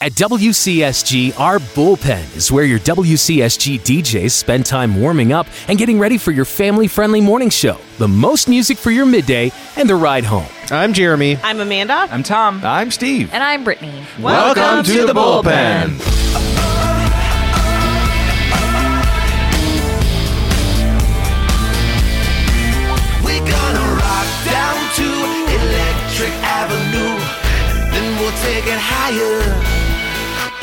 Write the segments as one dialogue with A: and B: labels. A: At WCSG, our bullpen is where your WCSG DJs spend time warming up and getting ready for your family friendly morning show, the most music for your midday, and the ride home.
B: I'm Jeremy.
C: I'm Amanda.
D: I'm Tom.
E: I'm Steve.
F: And I'm Brittany.
C: Welcome, Welcome to, to, the bullpen. bullpen.
G: take it higher.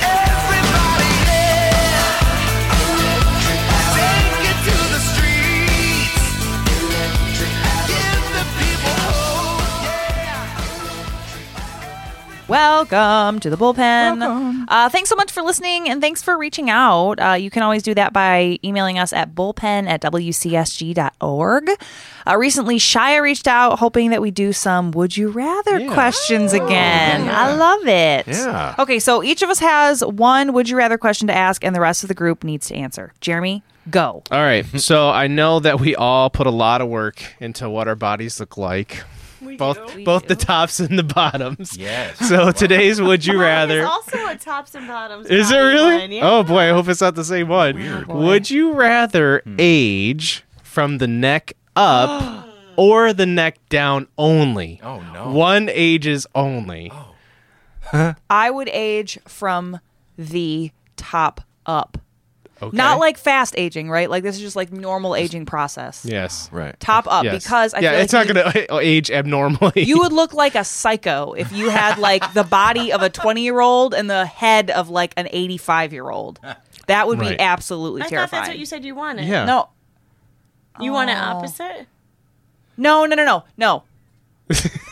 G: Everybody, yeah. Take it to the streets. Give the people hope. Yeah.
F: Welcome to the bullpen. Uh, thanks so much for listening and thanks for reaching out. Uh, you can always do that by emailing us at bullpen at wcsg.org. Uh, recently, Shia reached out hoping that we do some would you rather
B: Yeah.
F: questions again.
B: yeah.
F: I love it.
B: Yeah.
F: Okay, so each of us has one would you rather question to ask, and the rest of the group needs to answer. Jeremy, go.
B: All right. So I know that we all put a lot of work into what our bodies look like. both both the tops and the bottoms.
E: Yes.
B: So today's would you rather
C: There's also a tops and bottoms.
B: Is it
C: body
B: really?
C: one, yeah.
B: Oh boy, I hope it's not the same one. Would you rather age from the neck up or the neck down only?
E: Oh, no.
B: One ages only.
F: I would age from the top up.
B: Okay.
F: Not like fast aging, right? Like this is just like normal aging process.
B: Yes.
E: Right.
F: Top up
B: Yes.
F: because I
B: yeah,
F: feel like
B: it's not
F: you-
B: going to age abnormally.
F: you would look like a psycho if you had like the body of a 20 year old and the head of like an 85 year old. That would
B: Right.
F: be absolutely
C: I
F: terrifying.
C: thought that's what you said you wanted.
B: Yeah.
F: No,
C: You want an opposite?
F: no, no, no, no, no.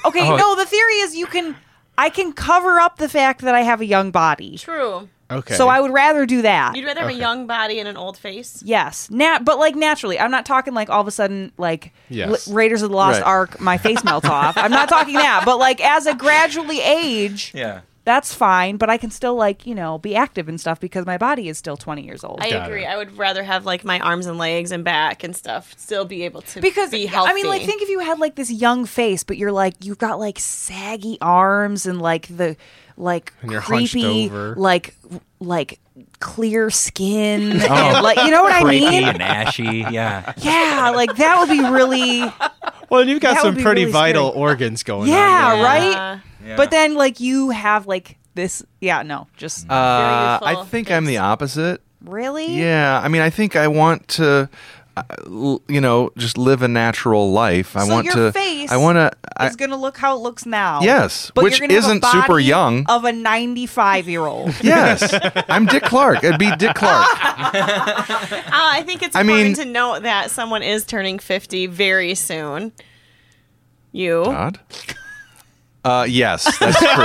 F: Okay,
B: Oh.
F: no, the theory is you can, I can cover up the fact that I have a young body.
C: True.
B: okay.
F: So I would rather do that.
C: You'd rather have a young body and an old face?
F: Yes, nat, but like naturally, I'm not talking like all of a sudden like
B: Yes.
F: L- Raiders of the Lost
E: Right.
F: Ark, my face melts off. I'm not talking that, but like as I gradually age,
E: Yeah.
F: that's fine. But I can still like you know be active and stuff because my body is still 20 years old.
C: I
B: Got
C: agree.
B: it.
C: I would rather have like my arms and legs and back and stuff. Still be able to
F: because
C: be healthy.
F: I mean, like think if you had like this young face, but you're like you've got like saggy arms and like the like
B: And you're hunched
F: creepy
B: over.
F: like like clear skin
B: Oh.
F: and like you know what I
E: Creaky
F: mean?
E: and ashy. Yeah.
F: Yeah, like that would be really.
B: well, you've got
F: that
B: some
F: would be
B: pretty
F: really
B: vital
F: scary.
B: organs
E: Oh,
B: going
F: Yeah,
B: on. there.
F: right?
C: Uh,
F: But then, like, you have like this. Yeah, no, just
E: Uh,
C: Very
E: I
C: full
E: think I'm the opposite.
F: really.
E: Yeah. I mean, I think I want to, uh, l- you know, just live a natural life. I
F: So
E: want
F: your
E: to.
F: face
E: I uh, want to.
F: It's gonna look how it looks now.
E: Yes,
F: but
E: which
F: you're gonna have a
E: isn't super
F: body
E: young.
F: of a 95 year old.
E: Yes, I'm Dick Clark. It'd be Dick Clark.
C: uh, I think it's
E: I
C: important to
E: mean-
C: note that someone is turning 50 very soon. You.
E: God. Oh. Uh, yes, that's true.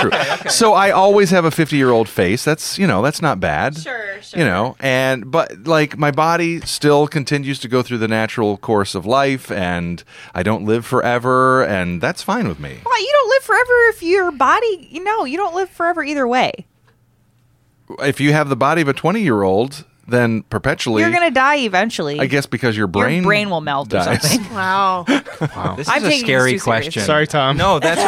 E: true. So I always have a 50 year old face. That's, you know, that's not bad.
C: Sure, sure.
E: You know, and, but like my body still continues to go through the natural course of life and I don't live forever and that's fine with me.
F: Well, you don't live forever if your body. You know, you don't live forever either way.
E: If you have the body of a 20 year old, then perpetually,
F: You're gonna die eventually.
E: I guess because your
F: your
E: brain,
F: brain will melt
E: dies.
F: or something.
C: Wow.
D: This
F: I'm
D: is a
F: taking this
D: scary
F: too serious.
D: question.
B: Sorry, Tom.
D: No, that's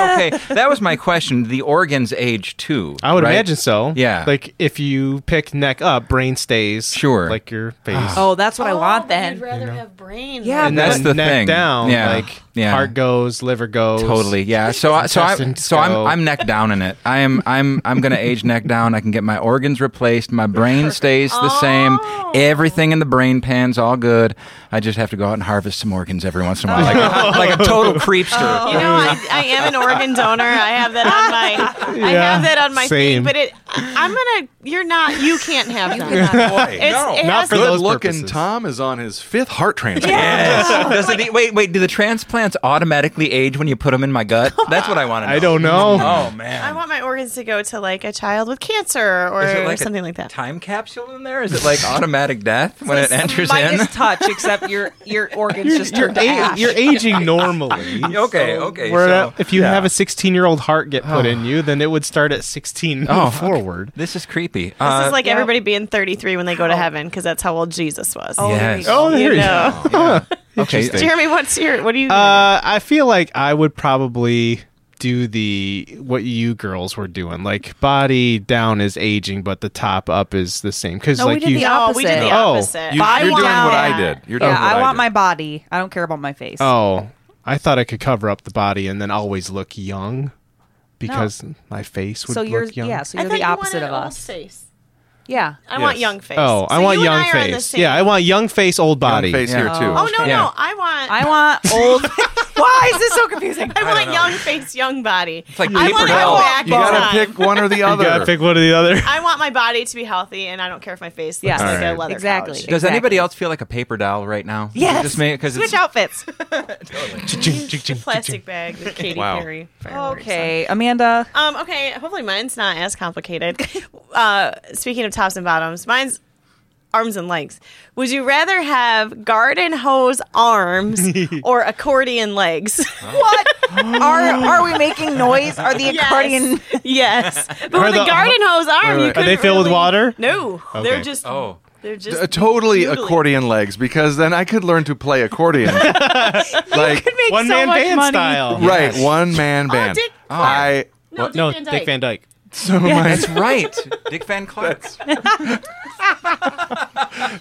D: okay. that was my question. The organs age too.
B: I would
D: right?
B: imagine so.
D: Yeah.
B: Like if you pick neck up, brain stays.
D: Sure.
B: Like your face.
F: Oh, that's what I want
C: You'd
F: then.
C: rather have brains.
F: Yeah,
B: and
F: but-
B: that's
D: That's
B: then
D: the
B: neck
D: thing.
B: down.
D: Yeah.
B: Like
D: Yeah.
B: heart goes, liver goes.
D: Totally, yeah. So, I, so I,
B: Intestines
D: so I'm,
B: go.
D: I'm neck down in it. I am, I'm, I'm gonna age neck down. I can get my organs replaced. My brain stays the same.
F: Oh.
D: Everything in the brain pan's all good. I just have to go out and harvest some organs every once in a while, like,
F: Oh.
D: a- like a total creepster.
C: You know, I, I am an organ donor. I have that on my. I
B: Yeah,
C: have that on my
B: same.
C: thing. But it, I'm gonna. You're not. You can't have that. It's, it
B: Not
C: has
B: for
C: to-
B: those
E: Good looking
B: purposes.
E: Tom is on his fifth heart transplant.
D: Does it, e, wait, wait. Do the transplants automatically age when you put them in my gut? That's what I want to know.
B: I don't know.
D: Oh
C: I
D: man.
C: want my organs to go to like a child with cancer or
D: Is it a
C: something like that.
D: Time capsule in there? Is it like automatic death when it enters in?
F: Minus touch, except your your organs just
B: You're,
F: turn to
B: a-
F: ash.
B: you're aging normally.
D: okay, okay.
B: Where
D: so-
B: if you have a 16 year old heart get
F: Oh.
B: put in you, then it would start at 16 and
D: Oh,
B: move
D: fuck.
B: forward.
D: this is creepy. Uh,
C: This is like
F: yeah.
C: everybody being 33 when they go to heaven because that's how old Jesus was.
F: Oh, there you
D: Yes.
F: go.
B: Oh, there you
C: know.
B: go.
D: okay.
C: Jeremy, what's your? What do you?
B: Uh, I feel like I would probably do the what you girls were doing. Like body down is aging, but the top up is the same. Because
F: No, we
B: like
F: did
B: you,
F: the
C: No, we did
F: opposite.
C: the
B: Oh,
C: opposite.
E: You,
F: I
E: are doing what
F: want-
E: I did. You're doing
F: yeah,
E: what
F: I, want
E: did.
F: my body. I don't care about my face.
B: oh, I thought I could cover up the body and then always look young because my face would
F: so
B: look
F: you're
B: young.
F: yeah. So
C: I
F: you're
C: thought
F: the
C: you
F: opposite
C: wanted
F: of
C: old
F: us.
C: Face.
F: Yeah.
C: I want
E: Yes.
C: young face.
B: Oh, I
C: So
B: want
C: you and
B: young
C: I are on the
B: face.
C: same-
B: Yeah, I want young face, old
E: Young
B: body.
E: face here
D: Yeah.
E: too.
C: Oh no,
D: Yeah.
C: no, I want.
F: I want old. Why is this so confusing?
C: I want young face, young body.
D: It's like
C: I
D: paper
C: want to
D: towel.
C: go back
E: You
C: in
E: gotta
C: time.
E: pick one or the
B: You gotta
E: other.
B: pick one or the other.
C: I want my body to be healthy, and I don't care if my face looks
F: Yes.
C: like a
B: Alright.
C: leather
F: Exactly.
C: couch.
D: Does
F: Exactly.
D: anybody else feel like a paper doll right now?
F: Yes.
D: Just me, because
F: Switch
D: it's
F: outfits.
C: The plastic bag with Katy
E: Wow.
C: Perry. fireworks on.
F: okay, Amanda.
C: Um, okay, hopefully mine's not as complicated. Uh, speaking of tops and bottoms, mine's arms and legs. Would you rather have garden hose arms or accordion legs?
F: What are are we making noise? Are the accordion?
C: yes. But
B: Are
C: with
B: the-
C: the garden hose arm,
E: wait.
C: you
E: Are
C: could
B: they filled with water?
C: No,
B: Okay.
C: they're just.
D: Oh.
C: They're just.
E: Uh, totally
C: noodling.
E: accordion legs because then I could learn to play accordion. like
B: One man band style.
E: right, one man band.
C: Oh, Dick
E: I
C: No,
B: No,
C: Dick Van
B: Dick
C: Dyke.
B: Van Dyke.
E: so my
D: That's right. Dick Van Clark.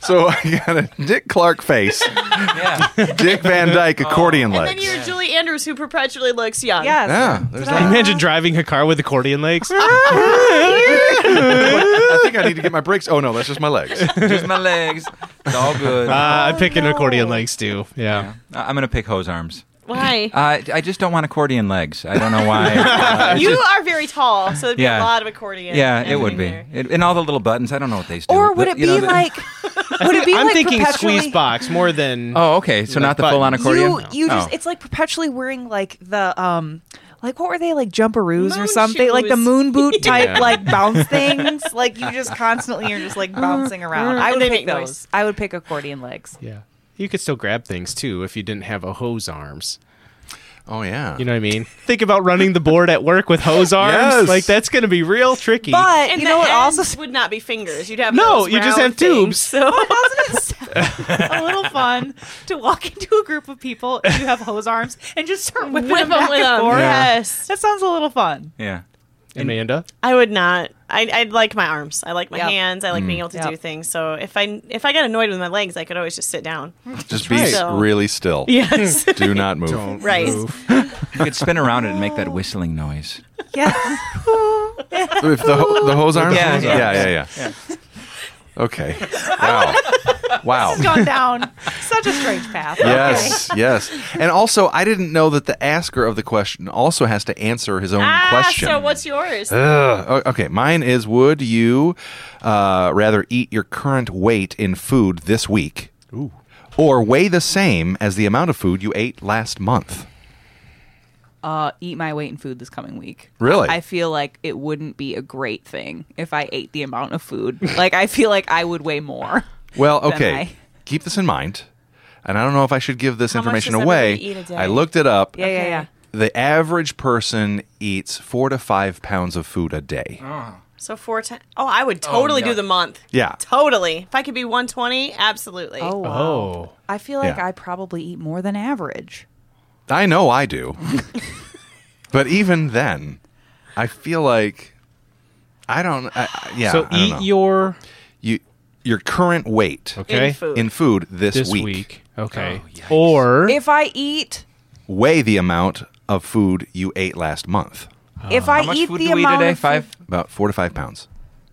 E: so I got a Dick Clark face,
D: yeah.
E: Dick Van Dyke accordion
C: Oh. And then
E: legs.
C: you're Julie Andrews, who perpetually looks young.
F: Yes.
E: yeah, there's that.
B: Imagine driving a car with accordion legs. Uh,
E: I think I need to get my brakes. Oh no, that's just my legs.
D: Just my legs. It's all good.
B: Uh, I'm picking
F: no.
B: accordion legs too. Yeah.
D: I- I'm gonna pick hose arms.
C: Why?
D: Uh, I just don't want accordion legs. I don't know why. Uh,
C: you are very tall, so there'd be
D: Yeah.
C: a lot of accordion.
D: yeah,
C: and
D: it would be.
C: everything there.
D: It, and all the little buttons. I don't know what they do.
F: Or would
D: but,
F: it be
D: you know, the-
F: like? Would it be
B: I'm
F: like
B: thinking
F: perpetually?
B: squeeze box more than.
D: Oh, okay. So
B: Like
D: not the full on
B: buttons.
D: accordion.
F: You you just
D: Oh.
F: it's like perpetually wearing like the um like what were they like jumperoos or
C: Moon
F: something like the
C: shoes.
F: moon boot type
B: Yeah.
F: like bounce things like you just constantly are just like bouncing around. Oh, I would
C: They
F: pick
C: make
F: those.
C: noise.
F: I would pick accordion legs.
B: Yeah. You could still grab things too if you didn't have a hose arms.
E: Oh yeah.
B: You know what I mean? Think about running the board at work with hose arms.
E: Yes.
B: Like that's going to be real tricky.
F: But
C: And
F: you know
C: the
F: what
C: ends
F: also
C: would not be fingers. You'd have
B: No,
C: those
B: you just
C: round
B: have tubes.
C: things, So
F: doesn't it sound a little fun to walk into a group of people and you have hose arms and just start whipping
C: whip
F: them back
C: them with
F: and
C: them.
F: forth?
C: Yes,
F: That sounds a little fun.
D: yeah.
B: Amanda,
C: I would not. I I like my arms. I like my
F: Yep.
C: hands. I like being able to
F: Yep.
C: do things. So if I if I got annoyed with my legs, I could always just sit down.
E: Just be s-
C: So-
E: really still.
C: Yes,
E: Do not move.
C: right.
D: You could spin around it and make that whistling noise.
F: Yes.
E: If the ho- the hose arms.
D: Yeah, yeah.
E: yeah, yeah, yeah. Okay. Wow. Wow.
F: Gone down such a strange path.
E: Yes, yes. And also, I didn't know that the asker of the question also has to answer his own
C: ah,
E: question.
C: so what's yours?
E: Ugh. O- Okay, mine is Would you uh, rather eat your current weight in food this week or weigh the same as the amount of food you ate last month?
F: uh, eat my weight in food this coming week.
E: Really?
F: I feel like it wouldn't be a great thing if I ate the amount of food. like I feel like I would weigh more.
E: Well,
F: than
E: okay.
F: I.
E: Keep this in mind. And I don't know if I should give this
C: How much
E: information
C: does
E: away.
C: everybody eat a day?
E: I looked it up.
F: Yeah, yeah, yeah.
E: The average person eats four to five pounds of food a day.
C: Oh. So four times. Oh, I would totally
D: yeah.
C: do the month.
E: Yeah.
C: totally. If I could be one twenty, absolutely.
F: Oh, wow.
B: Oh.
F: I feel like
E: Yeah.
F: I probably eat more than average.
E: I know I do. but even then, I feel like I don't. I, I- yeah.
B: so
E: I don't
B: eat
E: know.
B: your
E: you your current weight
B: okay
C: In food.
E: in food this,
B: this
E: week.
B: week. Okay. or
F: If I eat
E: Weigh the amount of food you ate last month.
F: if
D: How
F: I
D: much
F: eat
D: food
F: the
D: do we eat
F: amount
D: today?
F: of food-
D: Five.
E: About four to five pounds.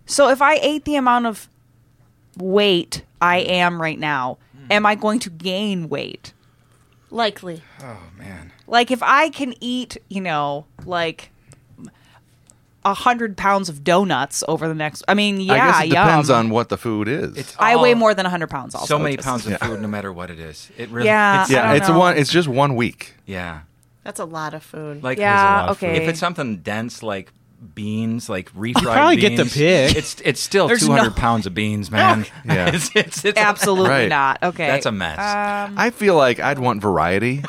F: So if I ate the amount of weight I am right now,
D: Hmm.
F: am I going to gain weight?
C: Likely.
F: Like if I can eat, you know, like a hundred pounds of donuts over the next. I mean, yeah,
E: I guess it
F: yum.
E: depends on what the food is.
D: It's
F: I
D: all-
F: weigh more than hundred pounds. Also,
D: Oh. So many
F: just-
D: pounds of food, no matter what it is. It really.
F: Yeah,
D: It's,
F: I
E: yeah,
F: don't
E: it's a
F: know.
E: one. It's just one week.
D: yeah.
C: That's a lot of food.
D: Like
F: Yeah, okay.
D: If it's something dense like beans, like refried
B: probably get
D: beans,
B: the pick.
D: It's it's still
B: There's
D: two hundred
B: no-
D: pounds of beans, man.
E: Yeah.
D: it's, it's, it's
F: Absolutely Uh,
E: Right.
F: not. Okay, Um,
D: That's a mess.
E: I feel like I'd want variety.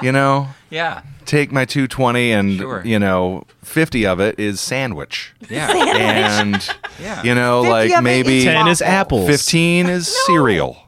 E: you know,
D: yeah,
E: take my two twenty and
D: Sure.
E: you know fifty of it is sandwich.
D: yeah,
E: and
D: Yeah.
E: you know,
F: 50 of
E: like
F: it
E: maybe
F: is
B: 10 is
F: waffle.
B: apples.
E: fifteen is cereal.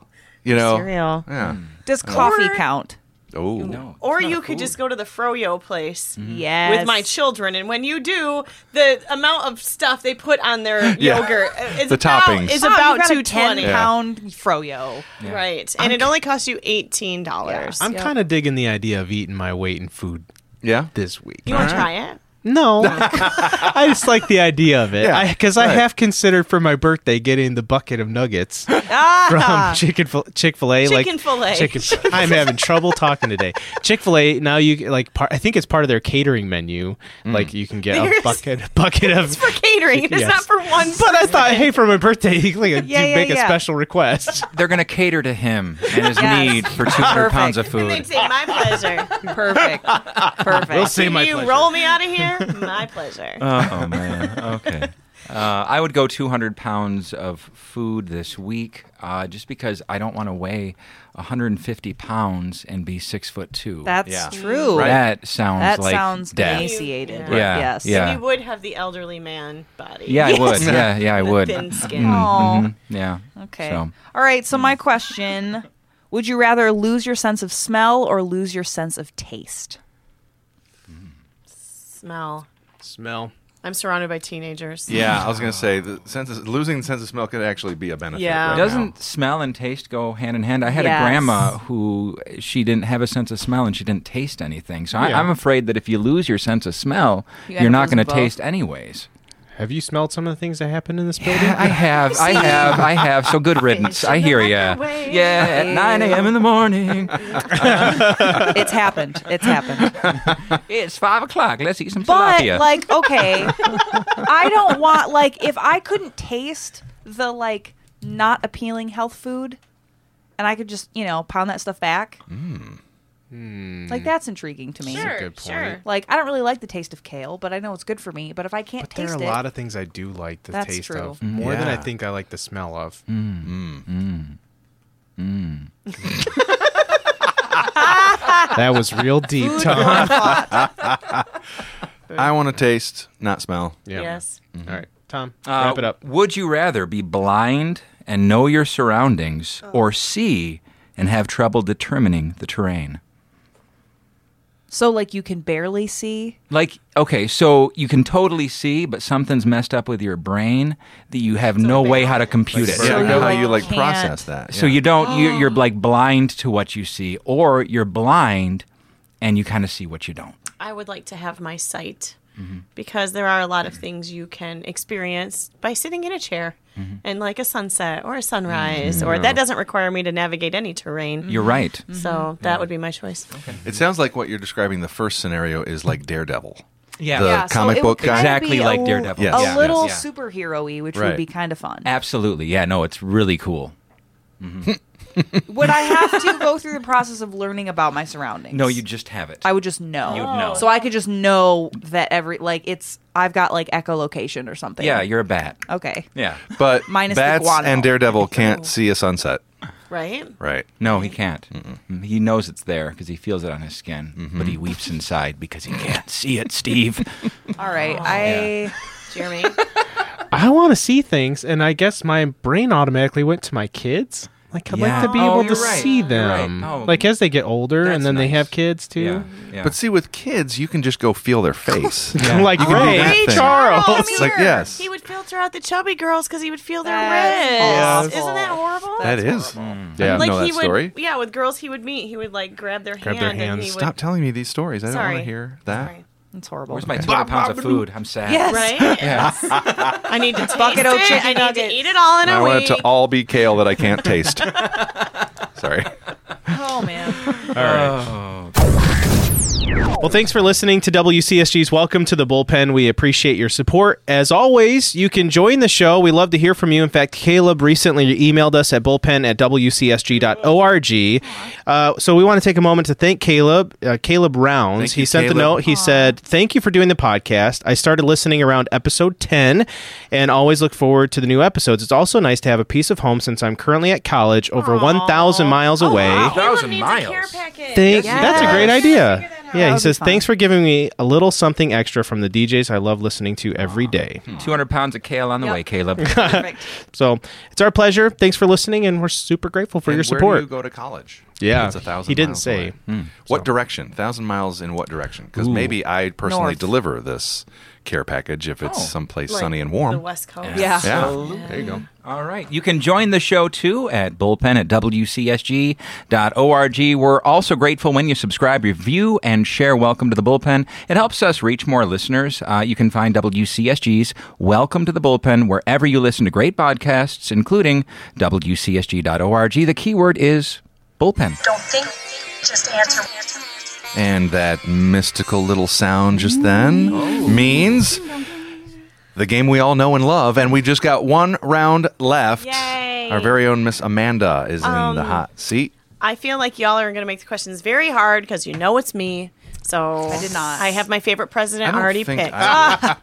E: You know,
C: Cereal.
E: yeah,
F: Does coffee count?
E: Oh,
D: No.
C: Or
D: it's not
C: you
D: a
C: could
D: food.
C: just go to the Froyo place
D: Hmm.
F: Yes.
C: with my children. And when you do, the amount of stuff they put on their
E: Yeah.
C: yogurt is
E: The
C: about,
E: toppings.
C: is
F: Mom, Oh, you
C: about
F: got
C: two
F: a 10
C: twenty,
E: Yeah.
F: pound froyo.
C: right? And it only costs you eighteen dollars.
B: I'm kind of digging the idea of eating my weight in food
E: yeah.
B: this week.
C: You want to try it?
B: No, I just like the idea of it
E: Yeah,
B: because I,
E: right.
B: have considered for my birthday getting the bucket of nuggets
F: Ah!
B: from Chicken Chick Fil A. Like
C: Chick-fil-A.
B: Chicken. I'm having trouble talking today. Chick Fil A. Now you like. Part, I think it's part of their catering menu. Like you can get a
C: There's-
B: bucket bucket of.
C: For catering, it's
B: Yes.
C: not for one.
B: But I thought, hey, for my birthday, you can like, do
F: yeah,
B: make a
F: yeah.
B: special request.
D: They're going to cater to him and his
F: Yes.
D: need for 200 pounds of
C: And they'd
D: food.
C: say, my pleasure.
F: Perfect. Perfect.
B: Say
C: Can
B: my
C: you
B: pleasure.
C: roll me out of here? My pleasure.
D: Oh, man. Okay. Uh, I would go 200 pounds of food this week uh, just because I don't want to weigh 150 pounds and be six foot two.
F: That's
E: Yeah.
F: true.
D: That sounds
F: That
D: like
F: sounds
D: death.
F: emaciated.
C: Yeah.
D: Yeah.
F: Yes.
D: Yeah.
C: You would have the elderly man body.
D: Yeah, I would. Yeah, yeah, I
C: The
D: would. Mm.
C: Thin skin.
F: Aw.
D: Mhm. Yeah.
F: Oh, Okay.
D: So,
F: All right. So my question: Would you rather lose your sense of smell or lose your sense of taste?
C: Smell.
B: Smell.
C: I'm surrounded by teenagers.
E: Yeah, I was gonna say the sense of, losing the sense of smell could actually be a benefit.
C: Yeah.
E: right now.
D: doesn't smell and taste go hand in hand? I had
F: Yes.
D: a grandma who she didn't have a sense of smell and she didn't taste anything. So I,
B: Yeah.
D: I'm afraid that if you lose your sense of smell,
F: You
D: you
F: end
D: are
F: up
D: not going to
F: losing both.
D: taste anyways.
B: Have you smelled some of the things that happened in this building?
D: I have, I have, I have. So good riddance. I hear ya.
C: microwave.
D: Yeah, at 9 a.m. in the morning.
F: It's happened. It's happened.
D: It's 5 o'clock. Let's eat some
F: But
D: tilapia.
F: like, okay, I don't want like if I couldn't taste the like not appealing health food, and I could just you know pound that stuff back. Like that's intriguing to me.
C: Sure,
B: good point.
C: sure.
F: Like I don't really like the taste of kale, but I know it's good for me. But if I can't
B: But there are
F: taste
B: a
F: it,
B: lot of things I do like the
F: That's
B: taste
F: true.
B: of more than I
E: Yeah.
B: think I like the smell of. Mm. that was real deep, Tom.
E: I want to taste, not smell.
B: Yeah.
C: Yes.
B: All right, Tom,
D: Uh,
B: wrap it up.
D: Would you rather be blind and know your surroundings
F: Oh.
D: or see and have trouble determining the terrain?
F: so like you can barely see.
D: Like, okay, so you can totally see, but something's messed up with your brain that you have no way how to compute it.
E: Yeah, I
F: you,
E: don't know how
F: like,
E: you like
F: can't-
E: process that.
D: So
E: yeah.
D: you don't, you,
F: Oh.
D: you're like blind to what you see, or you're blind and you kind of see what you don't.
C: I would like to have my sight
E: Mm-hmm.
C: because there are a lot of things you can experience by sitting in a chair
E: Mm-hmm.
C: and like a sunset or a sunrise, or that doesn't require me to navigate any terrain.
B: Mm-hmm.
D: You're right.
C: so
E: Mm-hmm.
C: that would be my choice.
E: It sounds like what you're describing. The first scenario is like Daredevil.
D: Yeah.
E: The
F: Yeah, so
E: comic
F: it
E: book
F: would kinda
E: guy.
D: Exactly
F: be
D: like
F: a,
D: Daredevil.
E: Yes.
F: A
E: Yeah.
F: little
D: Yes.
F: superhero-y, which
E: Right.
F: would be kind of fun.
D: Absolutely. Yeah, no, it's really cool.
F: would I have to go through the process of learning about my surroundings?
D: No, you just have it.
F: I would just know.
D: You'd know.
F: So I could just know that every like it's I've got like echolocation or something.
D: yeah, you're a bat.
F: okay.
D: Yeah.
E: But
F: Minus the
E: bats
F: guano.
E: and Daredevil can't see a sunset.
C: Right?
E: Right.
D: No, he can't. Mm, He knows it's there because he feels it on his skin, but he weeps inside because he can't see it, Steve.
F: All right.
D: Oh.
F: I
C: Jeremy?
B: I want to see things, and I guess my brain automatically went to my kids. Like I'd
D: Yeah.
B: like to be
D: Oh,
B: able to
D: you're right.
B: see
D: You're right.
B: them,
D: Oh,
B: like as they get older,
D: that's
B: and then they
D: nice.
B: have kids too.
D: yeah. yeah.
E: But see, with kids, you can just go feel their face.
D: Yeah.
B: like
E: can do
B: Ray
E: that thing.
B: Charles.
C: Come
E: It's like,
C: here.
E: yes.
C: He would filter out the chubby girls because he would feel their
F: That's
C: wrists.
F: awful.
C: Isn't that horrible?
E: That is. Yeah, I
C: like
E: know
C: he
E: that
C: would,
E: story.
C: yeah, with girls he would meet, he would like grab their
B: Grab
C: hand
B: their
C: and
B: hands.
C: he would.
E: Stop telling me these stories. I don't want
C: Sorry.
E: to hear that.
C: Sorry.
F: it's horrible.
D: Where's my 200 pounds of food? I'm sad.
F: Yes.
C: Right? I need to taste
F: Bucket of
C: it. I
F: chicken
C: need
F: nuggets.
C: to eat it all in a
E: I
C: week.
E: want it to all be kale that I can't taste. Sorry.
F: Oh man.
B: Well, thanks for listening to WCSG's Welcome to the Bullpen. We appreciate your support. As always, you can join the show. We love to hear from you. In fact, Caleb recently emailed us at bullpen at wcsg.org. Uh, so we want to take a moment to thank Caleb, uh, Caleb Rounds.
E: Thank
B: he
E: you,
B: sent the
E: Caleb.
B: note. He said, Thank you for doing the podcast. I started listening around episode 10 and always look forward to the new episodes. It's also nice to have a piece of home since I'm currently at college over 1,000 miles
E: Oh,
B: away.
C: Caleb
D: 1,000
C: needs a care
D: miles.
C: package.
B: Thank
F: Yes.
B: That's a great
F: Yes.
B: idea. Yeah,
F: That
B: he
F: would
B: says,
F: be fun.
B: thanks for giving me a little something extra from the DJs I love listening to every day.
D: 200 pounds of kale on the way, Caleb.
F: Perfect.
B: So it's our pleasure. Thanks for listening, and we're super grateful for your
E: And
B: support.
E: Where do you go to college?
B: Yeah.
E: It's a thousand
B: He didn't
E: miles
B: say. Hmm.
E: away. What direction? Thousand miles in what direction? Because maybe I personally
F: North.
E: deliver this care package if it's someplace sunny and warm.
C: The West Coast.
F: Yeah.
E: Yeah.
B: There you go.
D: All right. You can join the show too at bullpen at wcsg.org. We're also grateful when you subscribe, review, and share Welcome to the Bullpen. It helps us reach more listeners. Uh, you can find WCSG's Welcome to the Bullpen wherever you listen to great podcasts, including wcsg.org. The keyword is bullpen.
H: Don't think, just answer.
E: And that mystical little sound just then
C: Oh.
E: means the game we all know and love. And we just got one round left.
C: Yay. Um.
E: Our very own Miss Amanda is in the hot seat.
C: I feel like y'all are going to make the questions very hard because you know it's me. So I
F: did not.
C: I have my favorite president
E: I don't
C: already
E: think
C: picked.
E: I-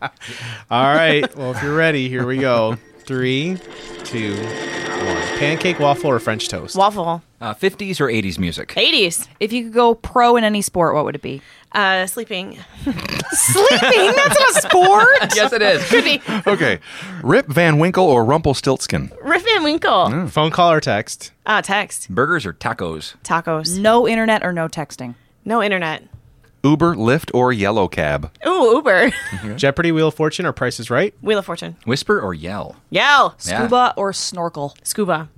B: All right. Well, if you're ready, here we go. Three, two, one. Pancake, waffle, or French toast?
C: Ah, Waffle.
D: Uh, 50s or 80s music?
C: 80s.
F: If you could go pro in any sport, what would it be?
C: Uh, sleeping.
F: Sleeping. That's a sport.
D: Yes, it is.
C: Could be
E: okay. Rip Van Winkle or Rumpelstiltskin?
C: Riff Van Winkle.
E: Mm.
B: Phone call or text?
C: Uh, text.
D: Burgers or tacos?
C: Tacos.
F: No internet or no texting.
C: No internet.
E: Uber, Lyft, or Yellow Cab?
C: Ooh, Uber.
B: Jeopardy, Wheel of Fortune, or Price is Right?
C: Wheel of Fortune.
D: Whisper or yell?
C: Yell.
D: Yeah.
F: Scuba or snorkel.
C: Scuba.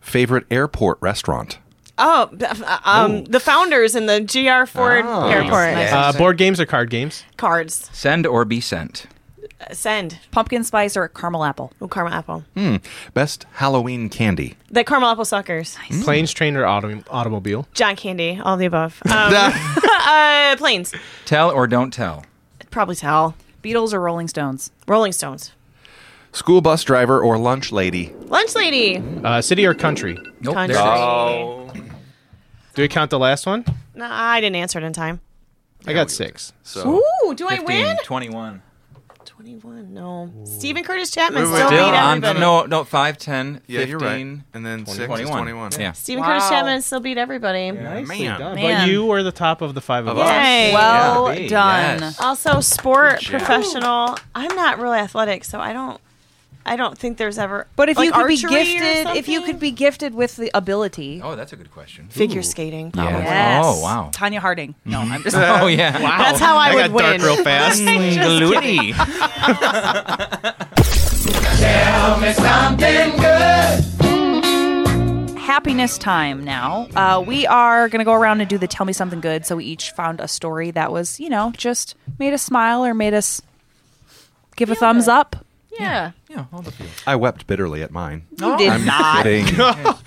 E: Favorite airport restaurant?
C: Oh, b- uh, um, the founders in the GR Ford
E: Oh,
C: airport.
B: Uh, board games or card games?
C: Cards.
D: Send or be sent?
C: Uh, Send.
F: Pumpkin spice or caramel apple.
C: Ooh, caramel apple.
E: Best Halloween candy?
C: The caramel apple suckers.
B: Planes, train, or autom- automobile?
C: John Candy. All the above. Um, uh, planes.
D: Tell or don't tell?
C: Probably tell.
F: Beatles or Rolling Stones.
C: Rolling Stones.
E: School bus driver or lunch lady?
C: Lunch lady.
B: Uh, city or country?
D: Nope, there
C: Country.
D: it is.
B: Do we count the last one?
C: No, I didn't answer it in time.
B: I got six.
E: So
C: Ooh, do I win?
D: 21.
C: 21. No. Stephen Curtis Chapman still
E: wait,
C: beat
D: Still on,
C: everybody.
D: no, no, 5, 10,
E: Yeah,
D: 15,
E: you're right. And then six is
D: 21.
E: 21.
D: Yeah.
C: Stephen Curtis Chapman still beat everybody.
E: Man.
B: But
F: Man.
B: you were the top of the five of
E: Of
B: us.
E: us.
C: Yay.
F: Well
D: Yeah.
F: done.
D: Yes.
C: Also, sport professional. I'm not really athletic, so I don't. I don't think there's ever.
F: But if
C: like
F: you could be
C: archery or
F: gifted, if you
C: something?
F: could be gifted with the ability.
D: Oh, that's a good question.
C: figure skating,
D: Yeah.
C: probably.
F: Yes.
D: Oh, wow.
F: Tanya Harding. No, I'm just.
D: Oh, yeah. Wow.
C: That's how I
B: That
C: would
B: got dark real
C: win.
B: fast.
F: happiness time now. Uh, we are going to go around and do the tell me something good. So we each found a story that was, you know, just made us smile or made us give a thumbs up.
C: Yeah.
D: Yeah, all the feels.
E: I wept bitterly at mine.
F: You did
E: I'm
F: not.
E: kidding.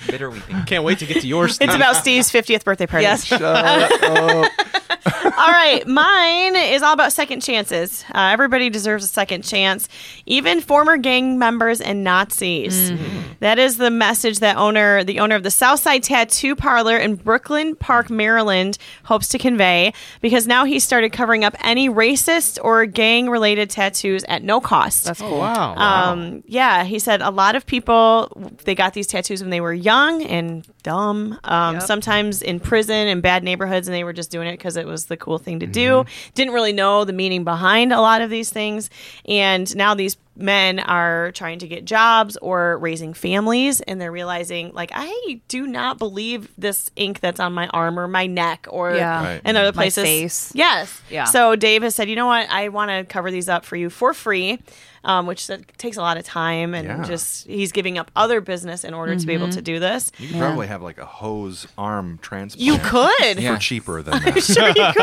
D: Bitter weeping.
B: Can't wait to get to yours.
C: It's about Steve's 50th birthday party.
F: Yes.
C: all right. Mine is all about second chances. Uh, everybody deserves a second chance, even former gang members and Nazis. That is the message that owner, the owner of the Southside Tattoo Parlor in Brooklyn Park, Maryland, hopes to convey because now he started covering up any racist or gang-related tattoos at no cost.
B: Oh, wow.
C: Um, yeah, he said a lot of people they got these tattoos when they were young and dumb. Um, Sometimes in prison and bad neighborhoods, and they were just doing it because it was the cool thing to do.
F: Mm-hmm.
C: Didn't really know the meaning behind a lot of these things, and now these men are trying to get jobs or raising families, and they're realizing like I do not believe this ink that's on my arm or my neck or
F: Yeah. Right.
C: and other
F: My
C: places.
F: face.
C: Yes.
F: Yeah.
C: So Dave has said, you know what? I want to cover these up for you for free, um, which that takes a lot of time and
E: Yeah.
C: just he's giving up other business in order to be
F: Mm-hmm.
C: able to do this.
E: You could probably have like a hose arm transplant.
C: You could.
E: For cheaper than that.
C: sure you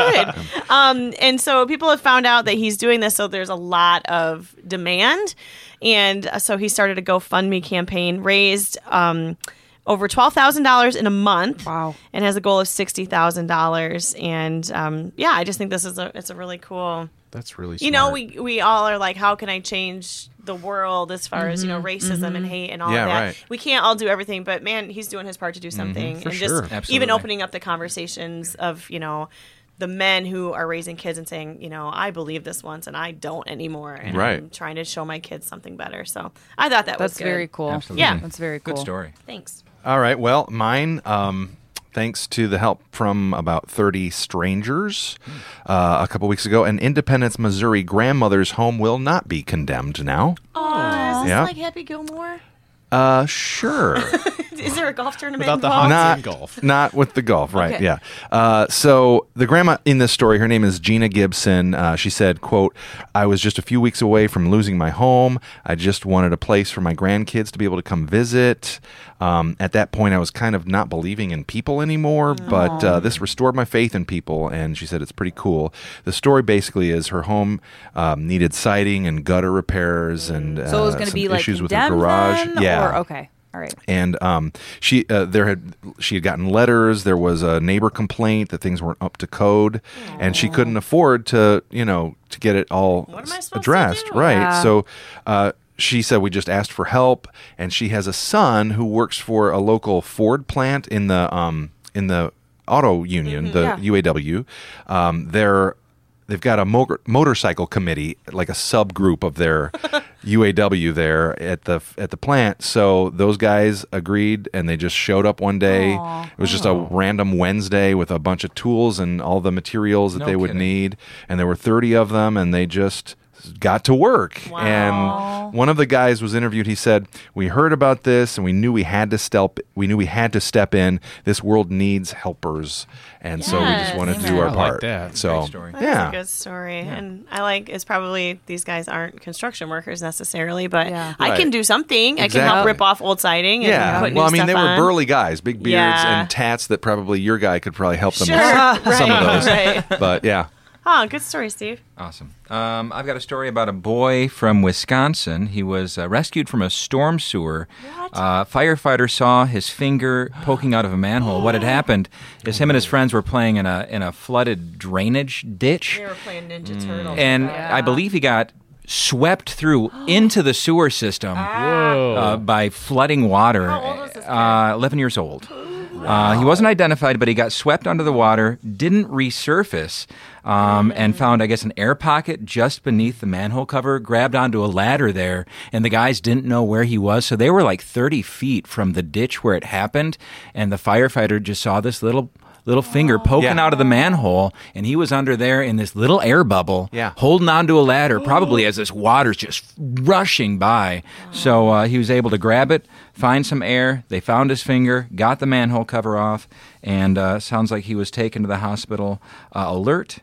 C: could. Um, and so people have found out that he's doing this, so there's a lot of demand, and uh, so he started a GoFundMe campaign, raised um, over twelve thousand dollars in a month.
F: Wow.
C: And has a goal of sixty thousand dollars, and um, yeah, I just think this is a it's a really cool.
B: That's really
C: You know, we we all are like, how can I change the world as far as you know racism and hate and all
E: Mm-hmm. Yeah,
C: of that?
E: right. Mm-hmm.
C: We can't all do everything, but man, he's doing his part to do something, and
B: sure.
C: just even
D: Absolutely.
C: opening up the conversations of you know the men who are raising kids and saying, you know, I believed this once and I don't anymore, and
E: Right.
C: I'm trying to show my kids something better. So I thought that was
F: That's
C: good.
F: very cool.
D: Absolutely.
C: Yeah.
E: Mm-hmm.
F: That's very cool.
D: Good story.
C: Thanks.
E: All right. Well, mine, um, thanks to the help from about 30 strangers uh, a couple weeks ago, an Independence, Missouri grandmother's home will not be condemned now.
C: Oh, is this
E: Yeah.
C: like Happy Gilmore?
E: Uh, sure.
C: Is there a golf tournament
B: Without the
C: involved?
B: hot-
E: not
B: in golf.
E: Not with the golf, right?
C: Okay.
E: Yeah. Uh, so the grandma in this story, her name is Gina Gibson. Uh, she said, "quote I was just a few weeks away from losing my home. I just wanted a place for my grandkids to be able to come visit. Um, at that point, I was kind of not believing in people anymore, but uh, this restored my faith in people." And she said, "It's pretty cool." The story basically is her home um, needed siding and gutter repairs, and uh,
F: So it was going to
E: some
F: be like
E: issues with the
F: condemned
E: garage.
F: then?
E: yeah.
F: Or, okay. All right.
E: And um, she uh, there had she had gotten letters. There was a neighbor complaint that things weren't up to code, and she couldn't afford to you know to get it all
C: am I
E: s-
C: supposed to
E: addressed.
C: do?
E: Right.
F: Yeah.
E: So uh, she said we just asked for help, and she has a son who works for a local Ford plant in the um, in the auto union, the UAW. Um, they're They've got a mo- motorcycle committee, like a subgroup of their UAW there at the at the plant. So those guys agreed, and they just showed up one day. It was just a random Wednesday with a bunch of tools and all the materials that
D: No
E: they would
D: kidding.
E: need need, and there were 30 of them, and they just got to work. And one of the guys was interviewed. He said, "We heard about this, and we knew we had to step. We knew we had to step in. This world needs helpers, and so we just
C: Yes.
E: wanted to do our
B: I like
E: part."
B: that.
E: So,
D: Great story.
E: yeah,
C: That's a good story. And I like it's probably these guys aren't construction workers necessarily, but
F: Yeah.
C: I
E: Right.
C: can do something. I can help
E: Exactly.
C: rip off old siding and
E: yeah.
C: put new
E: Well, I mean,
C: stuff
E: they
C: on.
E: were burly guys, big beards
C: Yeah.
E: and tats that probably your guy could probably help them
C: Sure.
E: with
C: right.
E: some of those.
C: Right.
E: But yeah,
C: Oh, good story, Steve.
D: Awesome. Um, I've got a story about a boy from Wisconsin. He was uh, rescued from a storm sewer. Uh, firefighter saw his finger poking out of a manhole. What had happened is him and his friends were playing in a in a flooded drainage ditch,
C: were playing Ninja
E: Mm.
C: Turtles.
D: and I believe he got swept through into the sewer system uh, by flooding water.
C: Ah. How old was this
D: Uh, 11 years old. Uh, he wasn't identified, but he got swept under the water, didn't resurface, um, and found, I guess, an air pocket just beneath the manhole cover, grabbed onto a ladder there, and the guys didn't know where he was. So they were like 30 feet from the ditch where it happened, and the firefighter just saw this little. Little finger poking
E: Yeah.
D: out of the manhole, and he was under there in this little air bubble,
E: Yeah.
D: holding onto a ladder, probably as this water's just rushing by. So uh, he was able to grab it, find some air. They found his finger, got the manhole cover off, and uh, sounds like he was taken to the hospital uh, alert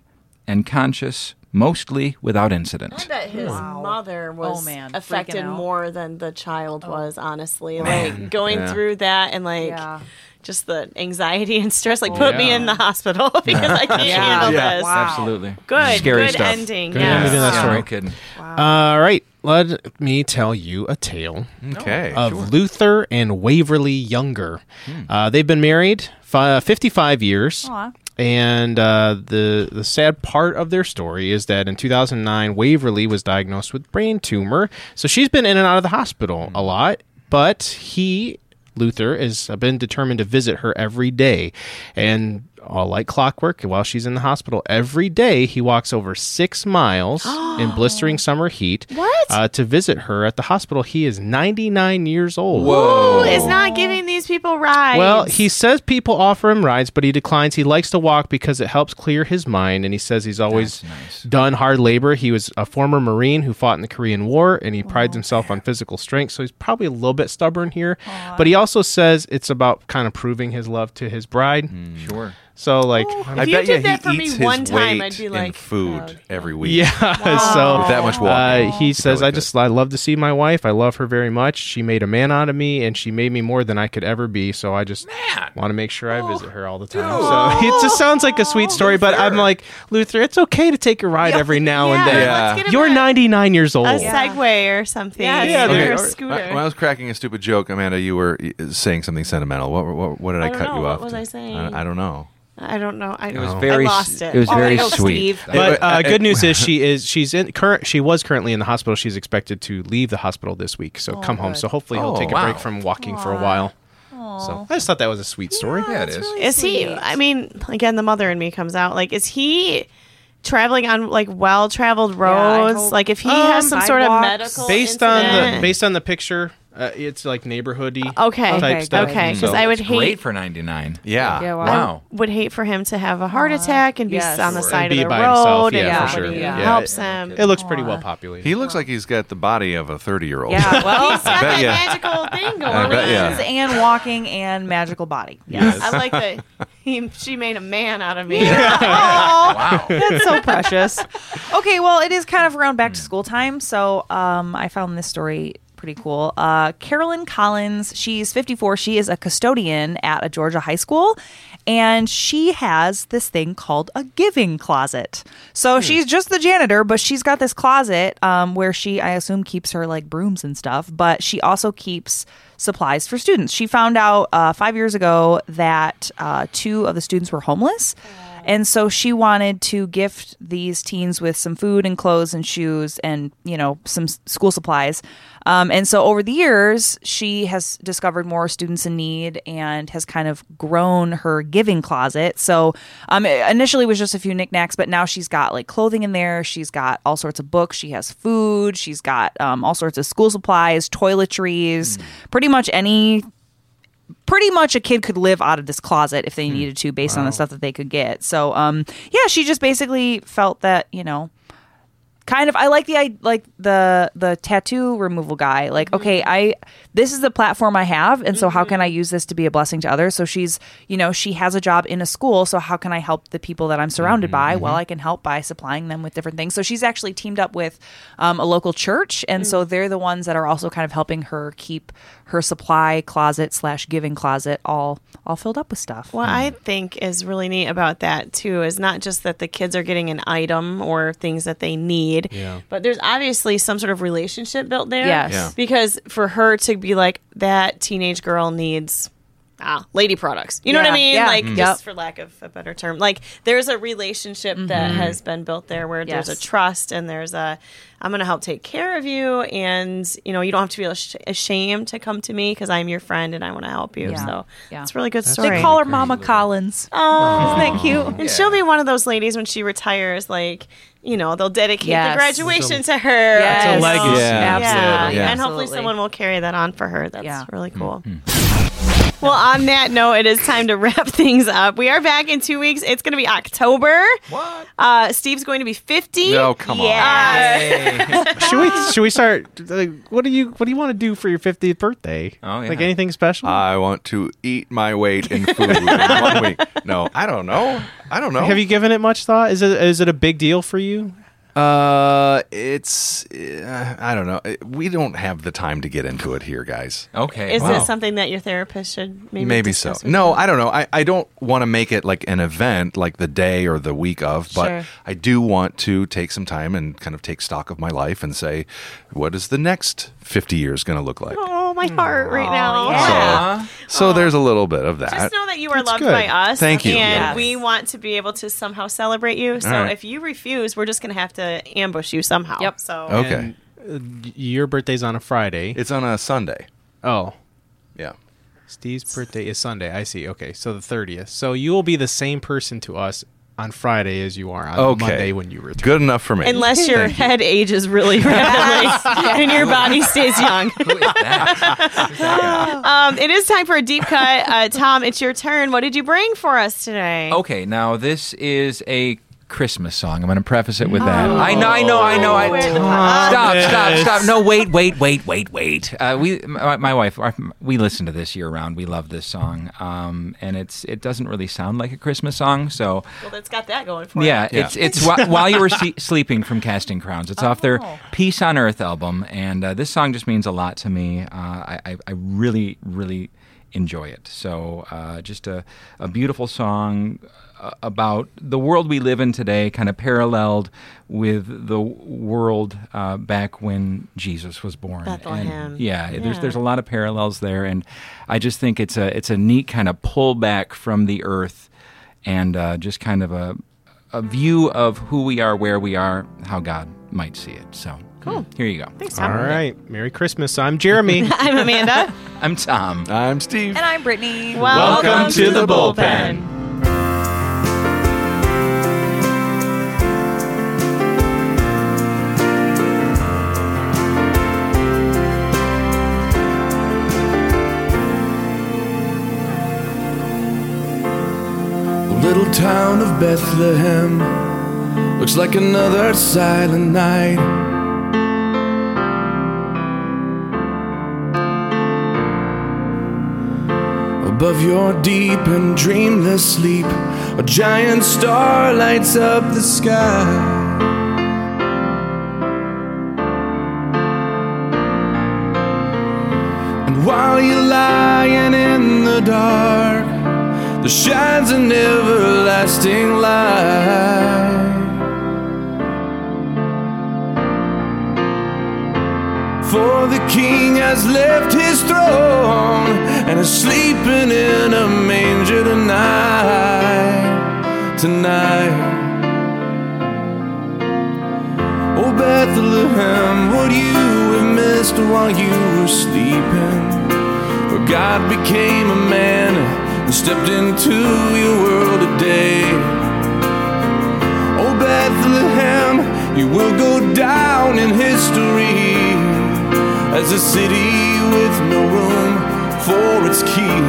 D: and conscious, mostly without incident.
C: that his mother was
F: Hmm. Oh, man.
C: affected
F: Freaking out. Oh.
C: more than the child was honestly like going through that and like
F: Yeah.
C: just the anxiety and stress like put me in the hospital because i can't handle
E: Oh, Yeah.
C: this
F: Wow.
D: Absolutely.
C: good
D: Scary
C: good
D: stuff.
C: ending
B: Good
C: yes.
B: ending to that
D: Yeah,
B: story.
D: no kidding.
B: All right, let me tell you a tale
E: Hmm. okay.
B: of Luther and Waverly Younger. Uh, they've been married fi- 55 years.
F: Aw.
B: And uh, the the sad part of their story is that in 2009, Waverly was diagnosed with brain tumor. So she's been in and out of the hospital a lot, but he. Luther has been determined to visit her every day. And all like clockwork, while she's in the hospital every day, he walks over six miles in blistering summer heat
C: What?
B: uh, to visit her at the hospital. He is 99 years old.
C: Who is not giving these people rides
B: Well, he says people offer him rides, but he declines. He likes to walk because it helps clear his mind, and he says he's always done hard labor. He was a former Marine who fought in the Korean War, and he prides himself on physical strength, so he's probably a little bit stubborn here. But he also says it's about kind of proving his love to his bride.
D: Sure.
B: So, like,
C: Oh.
E: I
C: If you
E: bet
C: did
E: you
C: that for
E: he
C: me
E: eats
C: one
E: his
C: time,
E: weight
C: I'd be
E: in
C: like, "Oh,
E: food every week.
B: yeah. so
E: With that much walking.
B: Uh, he says,
E: really
B: "I just I love to see my wife. I love her very much. She made a man out of me, and she made me more than I could ever be. So I just want to make sure I visit her all the time. So it just sounds like a sweet story, but I'm like Luther. It's okay to take a ride every now and then.
E: Yeah.
C: let's get him
B: You're
C: a-
B: 99 years old.
C: a segway or something
B: Yeah,
C: or
B: there- Uh, or-
C: a scooter
E: I- when I was cracking a stupid joke, Amanda, you were uh, saying something sentimental. What, what, what did I,
C: don't
E: cut
C: know.
E: you
C: What
E: off?
C: was
E: to?
C: I saying?
E: I, I don't know.
C: i don't know i,
D: It was
C: I
D: very.
C: lost it,
D: It was
C: Oh,
D: very
C: no,
D: sweet.
C: Steve.
B: But uh, good news is she is she's in current she was currently in the hospital. She's expected to leave the hospital this week, so come home. So hopefully he'll
E: Oh,
B: take a
E: wow.
B: break from walking for a while. So I just thought that was a sweet story.
D: Yeah, it is.
C: is he i mean again the mother in me comes out like is he traveling on like well-traveled
F: I
C: roads
F: hope-
C: like if he has some sort of
F: sidewalks.
C: medical
B: based on the
C: incident-
B: based on the picture Uh, it's like neighborhoody
C: Okay.
B: type
F: Okay,
B: stuff.
C: Okay. Because
D: So
C: I would
D: it's
C: hate
D: great for 99.
E: Yeah.
F: Yeah, wow.
D: Wow.
C: would hate for him to have a heart attack and be
F: yes.
C: on the
F: And
C: side
B: be
C: of the
B: by himself,
C: road and
B: yeah,
F: for sure.
C: nobody
F: Yeah.
C: helps
B: Yeah,
C: him.
B: It looks pretty well populated.
E: He looks like he's got the body of a 30 year old.
F: Yeah, well,
C: He's got that
E: yeah.
C: magical thing going
E: I
C: on.
E: bet yeah.
F: hands and walking and magical body. Yes.
C: I like that he she made a man out of me.
F: Aw,
D: Wow.
F: that's so precious. Okay, well, it is kind of around back to school time, so um, I found this story pretty cool. Uh, Carolyn Collins, she's 54. She is a custodian at a Georgia high school, and she has this thing called a giving closet. So she's just the janitor, but she's got this closet um, where she, I assume, keeps her like brooms and stuff, but she also keeps supplies for students. She found out uh, five years ago that uh, two of the students were homeless. And so she wanted to gift these teens with some food and clothes and shoes and, you know, some s- school supplies. Um, and so over the years, she has discovered more students in need and has kind of grown her giving closet. So um, it initially was just a few knickknacks, but now she's got like clothing in there. She's got all sorts of books. She has food. She's got um, all sorts of school supplies, toiletries, pretty much any pretty much a kid could live out of this closet if they needed to based on the stuff that they could get so um yeah she just basically felt that you know kind of i like the i like the the tattoo removal guy like okay i this is the platform i have and so how can i use this to be a blessing to others so she's you know she has a job in a school so how can i help the people that i'm surrounded by well i can help by supplying them with different things so she's actually teamed up with um, a local church and so they're the ones that are also kind of helping her keep her supply closet slash giving closet all all filled up with stuff Mm-hmm.
C: What I think is really neat about that too is not just that the kids are getting an item or things that they need, but there's obviously some sort of relationship built there.
F: Yes. Yeah.
C: Because for her to be like that teenage girl needs ah, lady products. You know what
F: Yeah,
C: I mean?
F: yeah.
C: Like
F: Mm.
C: just
F: Yep. Mm-hmm.
C: for lack of a better term. Like there's a relationship that has been built there where there's
F: Yes.
C: a trust and there's a I'm going to help take care of you and you know, you don't have to be ash- ashamed to come to me cuz I'm your friend and I want to help you.
F: Yeah.
C: So,
F: Yeah.
C: it's a really good story.
F: they call her mama collins
C: Oh,
F: isn't that cute
C: and she'll be one of those ladies when she retires. Like, you know, they'll dedicate
F: Yes.
C: the graduation to her.
F: That's a
C: you know?
B: legacy.
E: Yeah.
F: Absolutely.
C: And hopefully
F: Absolutely.
C: someone will carry that on for her. That's
F: Yeah.
E: Hmm.
C: really cool. Well, on that note, it is time to wrap things up. We are back in two weeks. It's going to be October. What? Uh, Steve's going to be 50.
E: No, come on.
C: Yeah.
B: should we should we start? Like, what do you what do you want to do for your 50th birthday?
D: Oh, yeah.
B: Like anything special?
E: I want to eat my weight in food in one week. No, I don't know. I don't know.
B: Have you given it much thought? Is it is it a big deal for you?
E: Uh, it's uh, I don't know. We don't have the time to get into it here, guys.
D: Okay.
C: Is
D: wow.
C: it something that your therapist should maybe
E: Maybe so.
C: discuss with
E: No,
C: you?
E: I don't know. I, I don't want to make it like an event, like the day or the week of, but
F: Sure.
E: I do want to take some time and kind of take stock of my life and say, what is the next 50 years going to look like?
C: Oh, my heart right now.
E: So,
D: Aw.
E: so there's a little bit of that.
C: Just know that you are loved
B: good.
C: by us.
E: Thank you.
C: And
E: Yes.
C: we want to be able to somehow celebrate you. So
E: right.
C: if you refuse, we're just going to have to ambush you somehow.
F: Yep.
C: So
E: okay.
B: And, uh, y- your birthday's on a Friday.
E: it's on a Sunday.
B: oh,
E: Yeah.
B: Steve's birthday is Sunday. I see. Okay, so the 30th. So you will be the same person to us on Friday as you are on
E: Okay.
B: Monday when you return.
E: Good enough for me.
C: unless your
E: Thank you.
C: head ages really rapidly and your body stays young.
D: Who is that? Who's that guy?
C: Um, it is time for a deep cut. Uh, Tom, it's your turn. What did you bring for us today?
E: Oh.
D: Okay, now this is a Christmas song. I'm going to preface it with that. I know, I know, I know. I, stop, stop, stop. No, wait, wait, wait, wait, wait. Uh, we, my, my wife, our- we listen to this year round. We love this song, um, and it's it doesn't really sound like a Christmas song, so.
C: Well, that's got that going for
D: Yeah,
C: it.
D: it's it's wh- while you were Se- sleeping from Casting Crowns. It's off their
C: Oh.
D: Peace on Earth album, and uh, this song just means a lot to me. Uh, I, I I really really enjoy it. So uh, just a a beautiful song uh, about the world we live in today, kind of paralleled with the world uh, back when Jesus was born. And-
C: Bethlehem.
D: yeah, there's
C: Yeah.
D: there's a lot of parallels there, and I just think it's a it's a neat kind of pullback from the earth, and uh, just kind of a a view of who we are, where we are, how God might see it. So cool. Here you go.
C: Thanks,
B: All
C: Tom.
B: right. Merry Christmas. I'm Jeremy.
C: I'm Amanda.
D: I'm Tom.
E: I'm Steve.
F: and i'm brittany
C: Welcome,
E: to the bullpen.
I: little town of Bethlehem looks like another silent night. Above your deep and dreamless sleep, a giant star lights up the sky. And while you're lying in the dark, there shines an everlasting light. For the king has left his throne and is sleeping in a manger tonight. Tonight. Oh Bethlehem, what you have missed while you were sleeping. Where God became a man and stepped into your world today. Oh Bethlehem, you will go down in history as a city with no room for its king.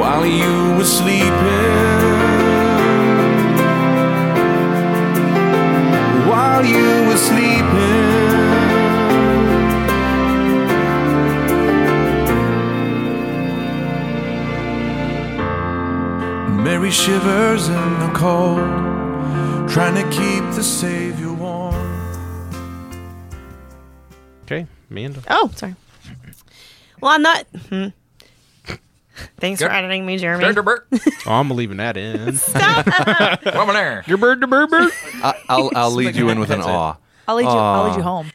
I: While you were sleeping while you were sleeping. Mary shivers in the cold, trying to keep the Savior warm.
B: Okay, Amanda.
C: Oh, sorry. Well, I'm not. Hmm. Thanks for editing me, Jeremy.
B: Oh, I'm leaving that in.
D: Woman there.
B: Your bird to bird bird.
E: I- I'll, I'll lead you in with an awe.
F: I'll lead you. I'll lead you home.